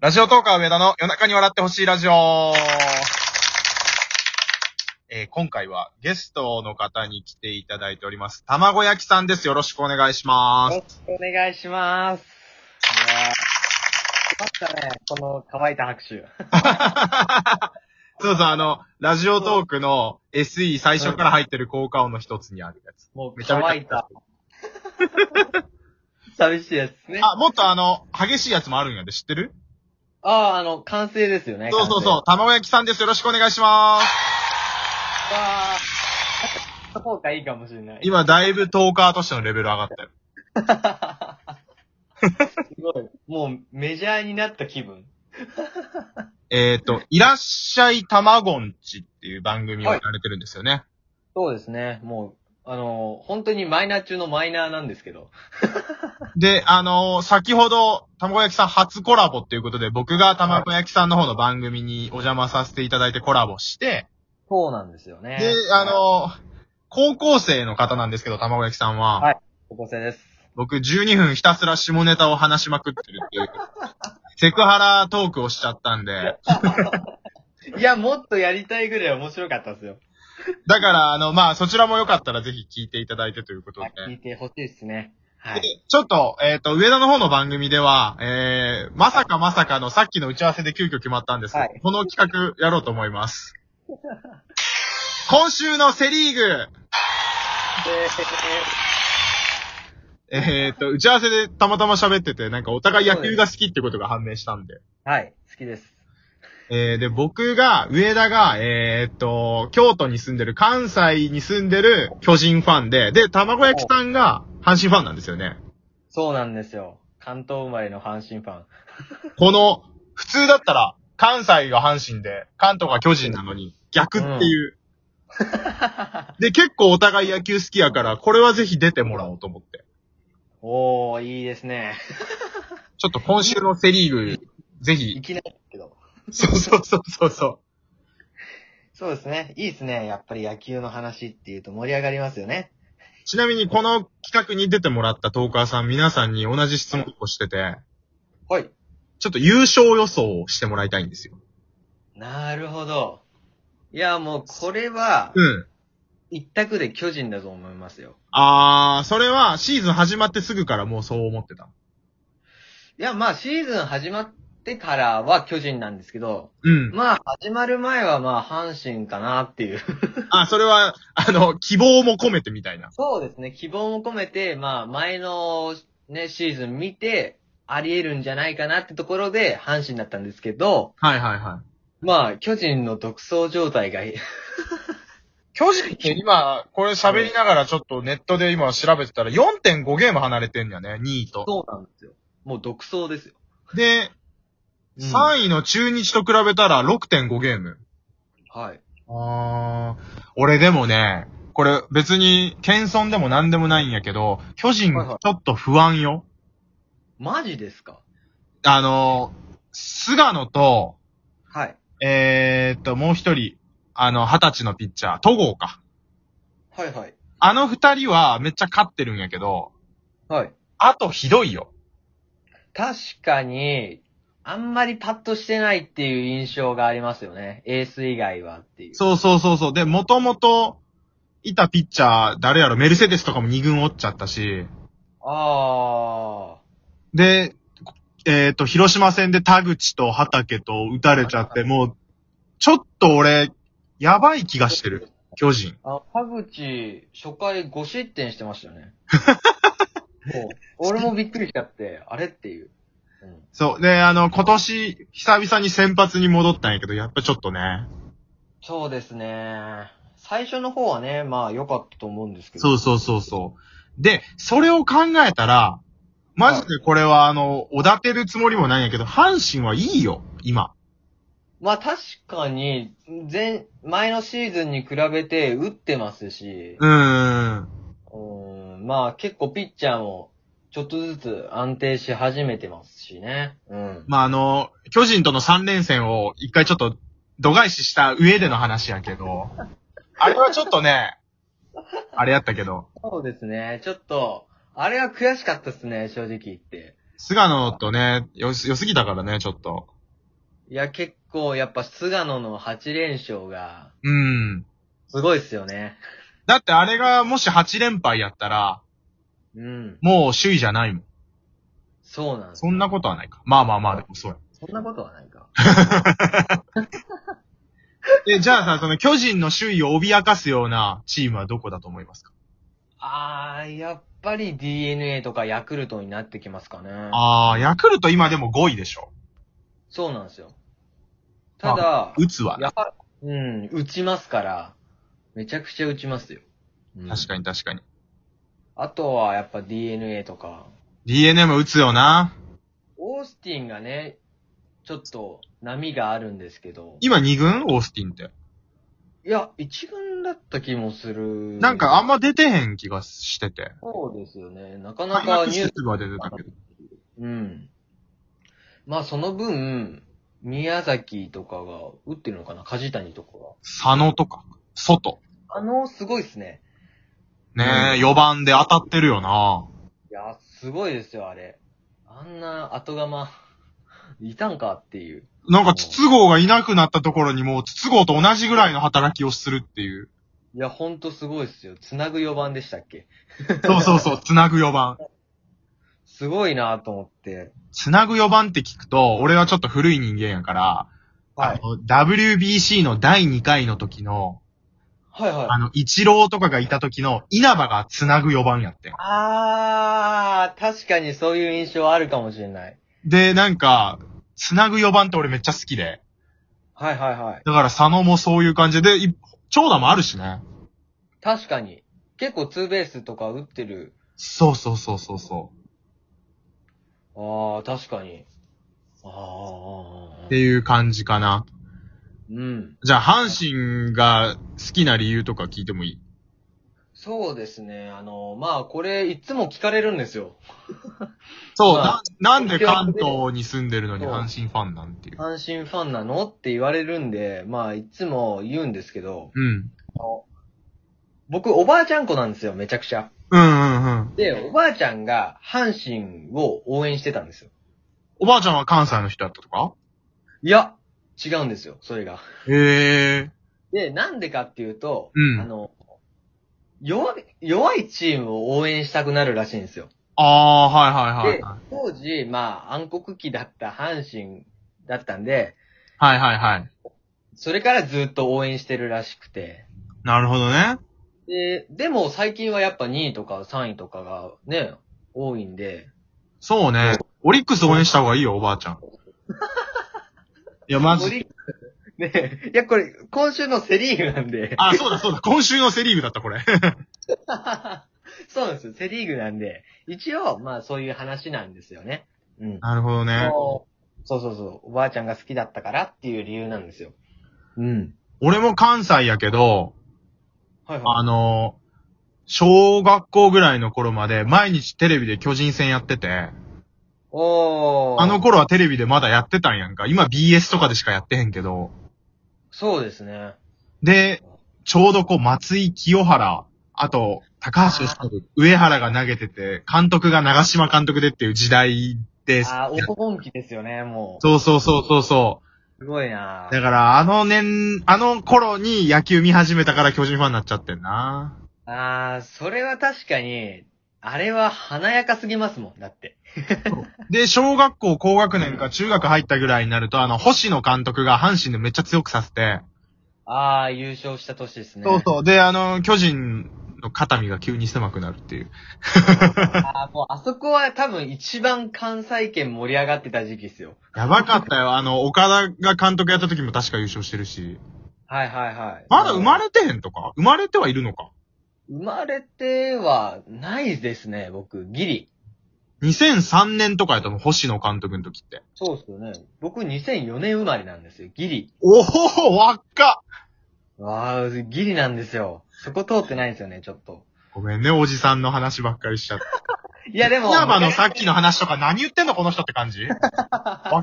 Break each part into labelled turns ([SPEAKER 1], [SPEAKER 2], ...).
[SPEAKER 1] ラジオトーカー上田の夜中に笑ってほしいラジオ。えー今回はゲストの方に来ていただいております。卵焼きさんです。よろしくお願いしま
[SPEAKER 2] よろしくお願いします。いやーましたね、この乾いた拍手。
[SPEAKER 1] す。そうそう、あの、ラジオトークの SE 最初から入ってる効果音の一つにあるやつ。
[SPEAKER 2] もう
[SPEAKER 1] めちゃめちゃ
[SPEAKER 2] 乾いた。寂しいやつですね。あ
[SPEAKER 1] あ、もっとあの、激しいやつもあるんやで、知ってる
[SPEAKER 2] あー、あの、完成ですよね。
[SPEAKER 1] そうそう
[SPEAKER 2] 完成
[SPEAKER 1] そう、卵焼きさんです。よろしくお願いします。
[SPEAKER 2] わー。効果いいかもしれない。
[SPEAKER 1] 今、だいぶトーカーとしてのレベル上がったよ。
[SPEAKER 2] すごい。もうメジャーになった気分。
[SPEAKER 1] えっ、と、いらっしゃいたまごんちっていう番組をやられてるんですよね。
[SPEAKER 2] そうですね。もう、あのー本当にマイナー中のマイナーなんですけど。
[SPEAKER 1] で、あのー先ほど、卵焼きさん初コラボっていうことで、僕が卵焼きさんの方の番組にお邪魔させていただいてコラボして、
[SPEAKER 2] そうなんですよね。
[SPEAKER 1] で、あのー高校生の方なんですけど、卵焼きさんは、
[SPEAKER 2] はい高校生です。
[SPEAKER 1] 僕12分ひたすら下ネタを話しまくってるっていう、 セクハラトークをしちゃったんで、
[SPEAKER 2] いや、もっとやりたいぐらい面白かったですよ。
[SPEAKER 1] だから、あの、まあ、そちらもよかったらぜひ聞いていただいてということで。
[SPEAKER 2] 聞いてほしいですね。はい。
[SPEAKER 1] ちょっと、えっ、と、上田の方の番組では、えー、まさかまさかのさっきの打ち合わせで急遽決まったんですけど、
[SPEAKER 2] はい
[SPEAKER 1] この企画やろうと思います。今週のセリーグ、えっ、と、打ち合わせでたまたま喋ってて、なんかお互い野球が好きってことが判明したんで。
[SPEAKER 2] はい、好きです。
[SPEAKER 1] えー、で、僕が、上田が、えー、っと、京都に住んでる、関西に住んでる巨人ファンで、で、卵焼きさんが阪神ファンなんですよね。
[SPEAKER 2] そうなんですよ。関東生まれの阪神ファン。
[SPEAKER 1] この、普通だったら、関西が阪神で、関東が巨人なのに、逆っていう。で、結構お互い野球好きやから、これはぜひ出てもらおうと思って。
[SPEAKER 2] おー、いいですね。
[SPEAKER 1] ちょっと今週のセリーグ、ぜ
[SPEAKER 2] い
[SPEAKER 1] ひ。
[SPEAKER 2] きなりですけど。
[SPEAKER 1] そうそうそうそうそ
[SPEAKER 2] そうですね。いいですね。やっぱり野球の話っていうと盛り上がりますよね。
[SPEAKER 1] う。ちなみに、この企画に出てもらったトーカーさん、皆さんに同じ質問をしてて、
[SPEAKER 2] はい。
[SPEAKER 1] ちょっと優勝予想をしてもらいたいんですよ。
[SPEAKER 2] なるほど。いや、もうこれは、
[SPEAKER 1] うん。
[SPEAKER 2] 一択で巨人だと思いますよ。
[SPEAKER 1] あー、それは、シーズン始まってすぐからもうそう思ってた。
[SPEAKER 2] いや、まあシーズン始まってからは巨人なんですけど、
[SPEAKER 1] うん。
[SPEAKER 2] まあ始まる前はまあ阪神かなっていう。
[SPEAKER 1] あ、それは、あの、希望も込めてみたいな。
[SPEAKER 2] そうですね。希望も込めて、まあ、前のね、シーズン見て、あり得るんじゃないかなってところで、阪神だったんですけど、
[SPEAKER 1] はいはいはい。
[SPEAKER 2] まあ、巨人の独走状態が、
[SPEAKER 1] 巨人って今、これ喋りながらちょっとネットで今調べてたら4.5ゲーム離れてんだよね、2位と。
[SPEAKER 2] そうなんですよ。もう独走ですよ。
[SPEAKER 1] で、
[SPEAKER 2] うん
[SPEAKER 1] 3位の中日と比べたら6.5ゲーム。
[SPEAKER 2] はい。
[SPEAKER 1] あー、俺でもね、これ別に謙遜でも何でもないんやけど、巨人
[SPEAKER 2] はいはい
[SPEAKER 1] ちょっと不安よ。
[SPEAKER 2] マジですか
[SPEAKER 1] あのー、菅野と、
[SPEAKER 2] はい。
[SPEAKER 1] えーっと、もう一人、あの、二十歳のピッチャー、戸郷か。
[SPEAKER 2] はいはい。
[SPEAKER 1] あの二人はめっちゃ勝ってるんやけど、
[SPEAKER 2] はい。
[SPEAKER 1] あとひどいよ。
[SPEAKER 2] 確かに、あんまりパッとしてないっていう印象がありますよね。エース以外はっていう。
[SPEAKER 1] そうそうそうそう。で、もともと、いたピッチャー、誰やろ、メルセデスとかも2軍おっちゃったし、
[SPEAKER 2] あ
[SPEAKER 1] で、えっ、と、広島戦で田口と畑と打たれちゃって、もう、ちょっと俺、やばい気が
[SPEAKER 2] あ。
[SPEAKER 1] してる。。巨人。
[SPEAKER 2] あ、田口、初回5失点してました よね。もう、俺もびっくりしちゃって、あれっていう。うん、
[SPEAKER 1] そう。で、あの、今年、久々に先発に戻ったんやけど、やっぱちょっとね。
[SPEAKER 2] そうですね。最初の方はね、まあ良かったと思うんですけど。
[SPEAKER 1] そうそうそうそう。で、それを考えたら、マジでこれはあの、おだてるつもりもないんやけど、阪神はいいよ、今。
[SPEAKER 2] まあ確かに、前、前のシーズンに比べて打ってますし、
[SPEAKER 1] うーん。
[SPEAKER 2] うん、まあ結構ピッチャーも、ちょっとずつ安定し始めてますしね。うん。
[SPEAKER 1] まあ、あの、巨人との3連戦を一回ちょっと度外視した上での話やけど、あれはちょっとね、あれやったけど、
[SPEAKER 2] そうですね。ちょっと、あれは悔しかったですね、正直言って。
[SPEAKER 1] 菅野とね、よ、良すぎたからね、ちょっと。
[SPEAKER 2] いや、結構やっぱ菅野の8連勝が、
[SPEAKER 1] うん。
[SPEAKER 2] すごいっすよね。
[SPEAKER 1] だってあれがもし8連敗やったら、
[SPEAKER 2] うん。
[SPEAKER 1] もう首位じゃないもん。
[SPEAKER 2] そうなんです
[SPEAKER 1] そんなことはないか。まあまあまあ、でもそうや。
[SPEAKER 2] そんなことはないか。
[SPEAKER 1] で、じゃあさ、その巨人の首位を脅かすようなチームはどこだと思いますか
[SPEAKER 2] あー、やっぱり DNA とかヤクルトになってきますかね。
[SPEAKER 1] あー、ヤクルト今でも5位でしょ。
[SPEAKER 2] そうなんですよ。ただ、
[SPEAKER 1] 打つわ。
[SPEAKER 2] やはうん、打ちますから、めちゃくちゃ打ちますよ。うん
[SPEAKER 1] 確かに確かに。
[SPEAKER 2] あとはやっぱ DNA とか、
[SPEAKER 1] DNA も打つよな。
[SPEAKER 2] オースティンがね、ちょっと波があるんですけど、
[SPEAKER 1] 今2軍オースティンって。
[SPEAKER 2] いや、一軍だった気もする。
[SPEAKER 1] なんかあん
[SPEAKER 2] ま。
[SPEAKER 1] ま出てへん気がしてて。
[SPEAKER 2] そうですよね。なかな
[SPEAKER 1] 開
[SPEAKER 2] か
[SPEAKER 1] 幕
[SPEAKER 2] ニュ
[SPEAKER 1] 施
[SPEAKER 2] ース。
[SPEAKER 1] 設は出てたけど。
[SPEAKER 2] うん。まあその分、宮崎とかが打ってるのかな梶谷とか
[SPEAKER 1] 佐野とか、外。
[SPEAKER 2] が。あの、すごいっすね。
[SPEAKER 1] ねえ、4番で当たってるよな。
[SPEAKER 2] いや、すごいですよ、あれ。あんな後釜、いたんかっていう。
[SPEAKER 1] なんか筒香がいなくなったところにもう筒香と同じぐらいの働きをするって いう。
[SPEAKER 2] いや、ほんとすごいっすよ。つなぐ4番でしたっけ
[SPEAKER 1] そうそうそう、つなぐ4番。
[SPEAKER 2] すごいなと思って。
[SPEAKER 1] つなぐ4番って聞くと、俺はちょっと古い人間やから、あ。の、WBC の第2回の時の、
[SPEAKER 2] はいはい。
[SPEAKER 1] あの、一郎とかがいた時の稲葉がつなぐ4番やってん。
[SPEAKER 2] あー、確かにそういう印象はあるかもしれない。
[SPEAKER 1] で、なんか、つなぐ4番って俺めっちゃ好きで。
[SPEAKER 2] はいはいはい。
[SPEAKER 1] だから佐野もそういう感じで、い長打もあるしね。
[SPEAKER 2] 確かに。結構ツーベースとか打ってる。
[SPEAKER 1] そうそうそうそうそ
[SPEAKER 2] あー、確かに。あー
[SPEAKER 1] う。っていう感じかな。
[SPEAKER 2] うん。
[SPEAKER 1] じゃあ、阪神が好きな理由とか聞いてもいい
[SPEAKER 2] そうですね。あの、まあ、これ、いつも聞かれるんですよ。
[SPEAKER 1] そう、
[SPEAKER 2] ま
[SPEAKER 1] な
[SPEAKER 2] あ、
[SPEAKER 1] なんで関東に住んでるのに阪神ファンなんていう。
[SPEAKER 2] 阪神ファンなのって言われるんで、まあ、いつも言うんですけど、
[SPEAKER 1] うん。
[SPEAKER 2] あの僕、おばあちゃん子なんですよ、めちゃくちゃ。
[SPEAKER 1] うんうんうん。
[SPEAKER 2] で、おばあちゃんが阪神を応援してたんですよ。
[SPEAKER 1] おばあちゃんは関西の人だったとか
[SPEAKER 2] いや、違うんですよ、それが。
[SPEAKER 1] へえ。
[SPEAKER 2] で、なんでかっていうと、
[SPEAKER 1] うん
[SPEAKER 2] あの、弱い、弱いチームを応援したくなるらしいんですよ。
[SPEAKER 1] ああー、はいはいはい
[SPEAKER 2] で。、当時、まあ、暗黒期だった阪神だったんで、
[SPEAKER 1] はいはいはい。
[SPEAKER 2] それからずっと応援してるらしくて。
[SPEAKER 1] なるほどね。
[SPEAKER 2] で、でも最近はやっぱ2位とか3位とかがね、多いんで、
[SPEAKER 1] そうね。オリックス応援した方がいいよ、おばあちゃん。 いや、マ
[SPEAKER 2] オ
[SPEAKER 1] ジ。
[SPEAKER 2] リ ねいや、これ、今週のセリーグなんで、
[SPEAKER 1] あ、そうだそうだ。今週のセリーグだった、これ。
[SPEAKER 2] そうなんですよ、セリーグなんで、一応、まあそういう話なんですよね。う ん。
[SPEAKER 1] なるほどね。
[SPEAKER 2] そうそうそう。おばあちゃんが好きだったからっていう理由なんですよ。うん。
[SPEAKER 1] 俺も関西やけど、
[SPEAKER 2] はいはい。
[SPEAKER 1] あの、小学校ぐらいの頃まで毎日テレビで巨人戦やってて、
[SPEAKER 2] おー。
[SPEAKER 1] あの頃はテレビでまだやってたんやんか。今 BS とかでしかやってへんけど。
[SPEAKER 2] そうですね。
[SPEAKER 1] で、ちょうどこう松井清原、あと高橋由伸、上原が投げてて、監督が長島監督でっていう時代です。
[SPEAKER 2] あー、男本気ですよね、もう。
[SPEAKER 1] そうそうそうそうそう。
[SPEAKER 2] すごいな
[SPEAKER 1] だから、あの年、あの頃に野球見始めたから巨人ファンになっちゃってんな。
[SPEAKER 2] あー、それは確かに、あれは華やかすぎますもん、だって。
[SPEAKER 1] で、小学校高学年か中学入ったぐらいになると、あの、星野監督が阪神でめっちゃ強くさせて、
[SPEAKER 2] あー、優勝した年ですね。
[SPEAKER 1] そう
[SPEAKER 2] う。
[SPEAKER 1] そう。で、あの、巨人の肩身が急に狭くなるっていう。
[SPEAKER 2] あー、もうあそこは多分一番関西圏盛り上がってた時期ですよ。
[SPEAKER 1] やばかったよ。あの、岡田が監督やった時も確か優勝してるし。
[SPEAKER 2] はいはいはい。
[SPEAKER 1] まだ生まれてへんとか生まれてはいるのか
[SPEAKER 2] 生まれてはないですね、僕。ギリ。
[SPEAKER 1] ?2003 年とかやったの、星野監督の時って。
[SPEAKER 2] そうっすよね。僕2004年生まれなんですよ。ギリ。
[SPEAKER 1] おほほ、わっか
[SPEAKER 2] わあ、ギリなんですよ。そこ通ってないんですよね、ちょっと。
[SPEAKER 1] ごめんね、おじさんの話ばっかりしちゃって。
[SPEAKER 2] いや、でも。
[SPEAKER 1] 稲葉のさっきの話とか何言ってんのこの人って感 じわ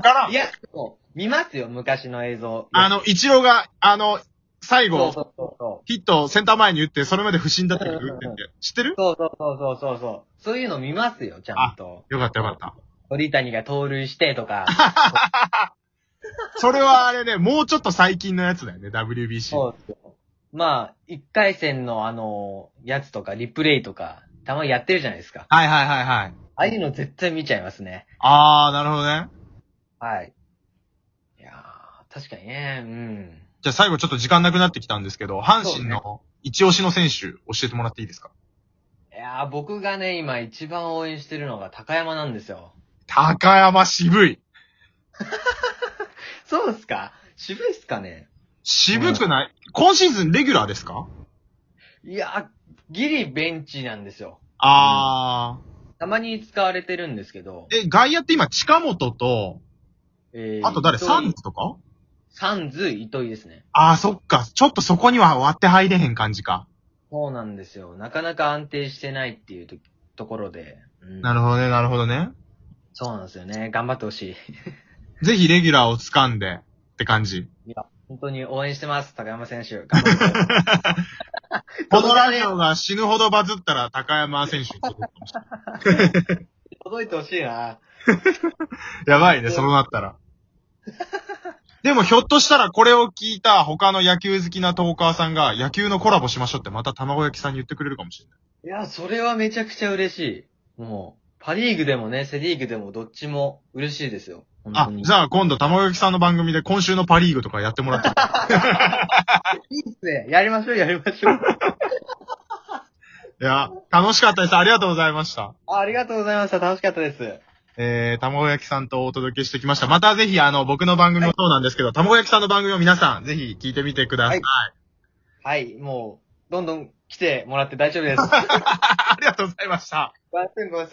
[SPEAKER 1] からん。
[SPEAKER 2] いや、そう見ますよ、昔の映像。
[SPEAKER 1] あの、一郎が、あの、最
[SPEAKER 2] そう
[SPEAKER 1] 後、
[SPEAKER 2] そうそうそう。
[SPEAKER 1] ヒットをセンター前に打って、それまで不審だったけど打って
[SPEAKER 2] うんうんう
[SPEAKER 1] っ
[SPEAKER 2] ん
[SPEAKER 1] て。知ってる
[SPEAKER 2] そうそうそうそうそうそう。そういうの見ますよ、ちゃんと。
[SPEAKER 1] よかったよかった。
[SPEAKER 2] 鳥谷が盗塁してと か、
[SPEAKER 1] それはあれね、もうちょっと最近のやつだよね、WBC。
[SPEAKER 2] そうですよ。まあ、一回戦のあの、やつとか、リプレイとか、たまにやってるじゃないですか。
[SPEAKER 1] はいはいはいはい。
[SPEAKER 2] ああいうの絶対見ちゃいますね。
[SPEAKER 1] あー、なるほどね。
[SPEAKER 2] はい。いやー、確かにね、うん。
[SPEAKER 1] じゃあ最後ちょっと時間なくなってきたんですけど、阪神の一押しの選手教えてもらっていいですか
[SPEAKER 2] いやー、僕がね、今一番応援してるのが高山なんですよ。
[SPEAKER 1] 高山渋い。
[SPEAKER 2] そうですか渋いっすかね
[SPEAKER 1] 渋くない、今シーズンレギュラーですか
[SPEAKER 2] いやー、ギリベンチなんですよ。
[SPEAKER 1] あ
[SPEAKER 2] たまに使われてるんですけど。
[SPEAKER 1] ー。え、外野って今近本と、
[SPEAKER 2] えー
[SPEAKER 1] あと誰
[SPEAKER 2] 糸井
[SPEAKER 1] サンズとか
[SPEAKER 2] サンズ、糸井ですね。
[SPEAKER 1] あー、そっか。ちょっとそこには割って入れへん感じか。
[SPEAKER 2] そうなんですよ。なかなか安定してないっていうとところで。うん
[SPEAKER 1] なるほどね、なるほどね。
[SPEAKER 2] そうなんですよね。頑張ってほしい。
[SPEAKER 1] ぜひレギュラーを掴んでって感じ。
[SPEAKER 2] 本当に応援してます、高山選手。頑 張って。
[SPEAKER 1] このラジオが死ぬほどバズったら高山選手に届くかもしれな
[SPEAKER 2] 届いてほしいな。
[SPEAKER 1] い。やばいね、そうなったら。でもひょっとしたらこれを聞いた他の野球好きなトーカーさんが野球のコラボしましょうってまた卵焼きさんに言ってくれるかもしれない。
[SPEAKER 2] いや、それはめちゃくちゃ嬉しい。もう、パリーグでもね、セリーグでもどっちも嬉しいですよ。本当
[SPEAKER 1] あ
[SPEAKER 2] に。、
[SPEAKER 1] じ
[SPEAKER 2] ゃ
[SPEAKER 1] ゃあ今度卵焼きさんの番組で今週のパリーグとかやってもらって。
[SPEAKER 2] いいっすね。やりましょう、やりましょ う。
[SPEAKER 1] いや、楽しかったです。ありがとうございました。
[SPEAKER 2] あありがとうございました。楽しかったです。
[SPEAKER 1] えー、卵焼きさんとお届けしてきました。またぜひ、あの、僕の番組もそうなんですけど、卵焼きさんの番組を皆さん、ぜひ聞いてみてくださ い。
[SPEAKER 2] はいはい、もう、どんどん 来てもらって大丈夫です。
[SPEAKER 1] ありがとうございました。
[SPEAKER 2] ごめんごめん。